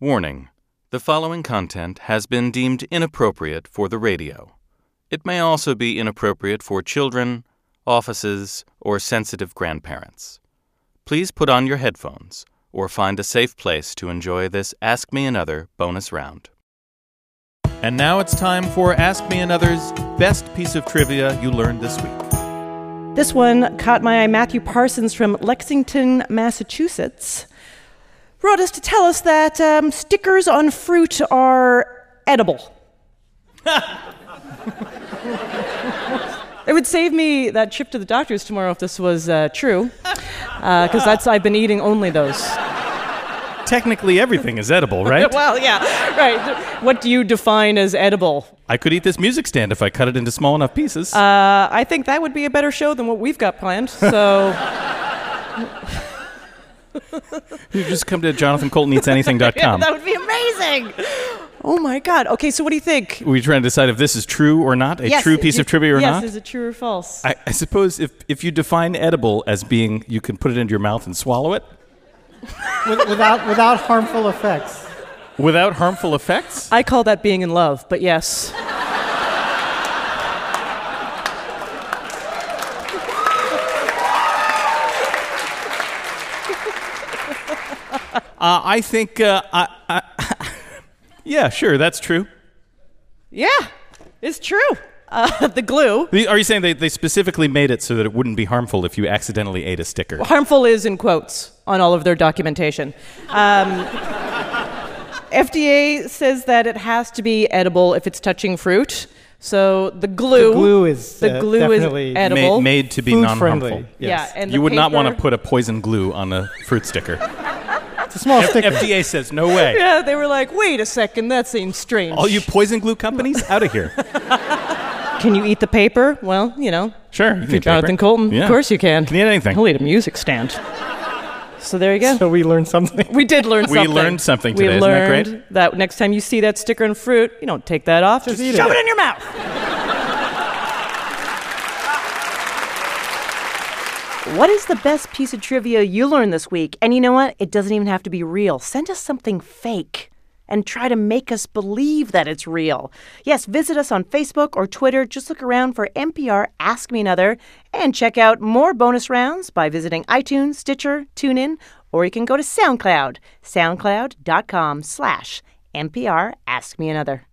Warning The following content has been deemed inappropriate for the radio. It may also be inappropriate for children, offices, or sensitive grandparents. Please put on your headphones or find a safe place to enjoy this Ask Me Another bonus round. And now it's time for Ask Me Another's best piece of trivia you learned this week. This one caught my eye. Matthew Parsons from Lexington, Massachusetts, wrote us to tell us that um, stickers on fruit are edible. it would save me that trip to the doctor's tomorrow if this was uh, true, because that's I've been eating only those. Technically, everything is edible, right? Well, yeah, right. What do you define as edible? I could eat this music stand if I cut it into small enough pieces. Uh, I think that would be a better show than what we've got planned. So. you just come to jonathancoltoneatsanything.com. would be amazing. Oh my God. Okay, so what do you think? We're trying to decide if this is true or not, a Yes, true piece is- of trivia or yes, not. is it true or false? I, I suppose if, if you define edible as being you can put it into your mouth and swallow it With- without without harmful effects. without harmful effects, I call that being in love, but yes. uh, I think, uh, I, I, yeah, sure, that's true. Yeah, it's true. Uh, the glue. The- Are you saying they, they specifically made it so that it wouldn't be harmful if you accidentally ate a sticker? Harmful is in quotes on all of their documentation. Um, FDA says that it has to be edible if it's touching fruit. So the glue. The glue is, the uh, glue definitely is ma- Ma- edible. made to be Food non harmful. friendly. Yes. Yeah, and You the would not want to paper- put a poison glue on a fruit sticker. It's a small sticker. FDA says, no way. Yeah, they were like, wait a second, that seems strange. All you poison glue companies, out of here. Can you eat the paper? Well, you know, Sure. You If you're Jonathan Colton, of course you can. Can eat anything. He'll eat a music stand. So there you go. So we learned something. we did learn We something. learned something We today. Isn't that learned great? that next time you see that sticker in fruit, you don't take that off. Just, eat shove it. it. in your mouth. What is the best piece of trivia you learned this week? And you know what? It doesn't even have to be real. Send us something fake and try to make us believe that it's real. Yes, visit us on Facebook or Twitter. Just look around for NPR Ask Me Another and check out more bonus rounds by visiting iTunes, Stitcher, TuneIn, or you can go to SoundCloud, soundcloud.com slash NPR Ask Me Another.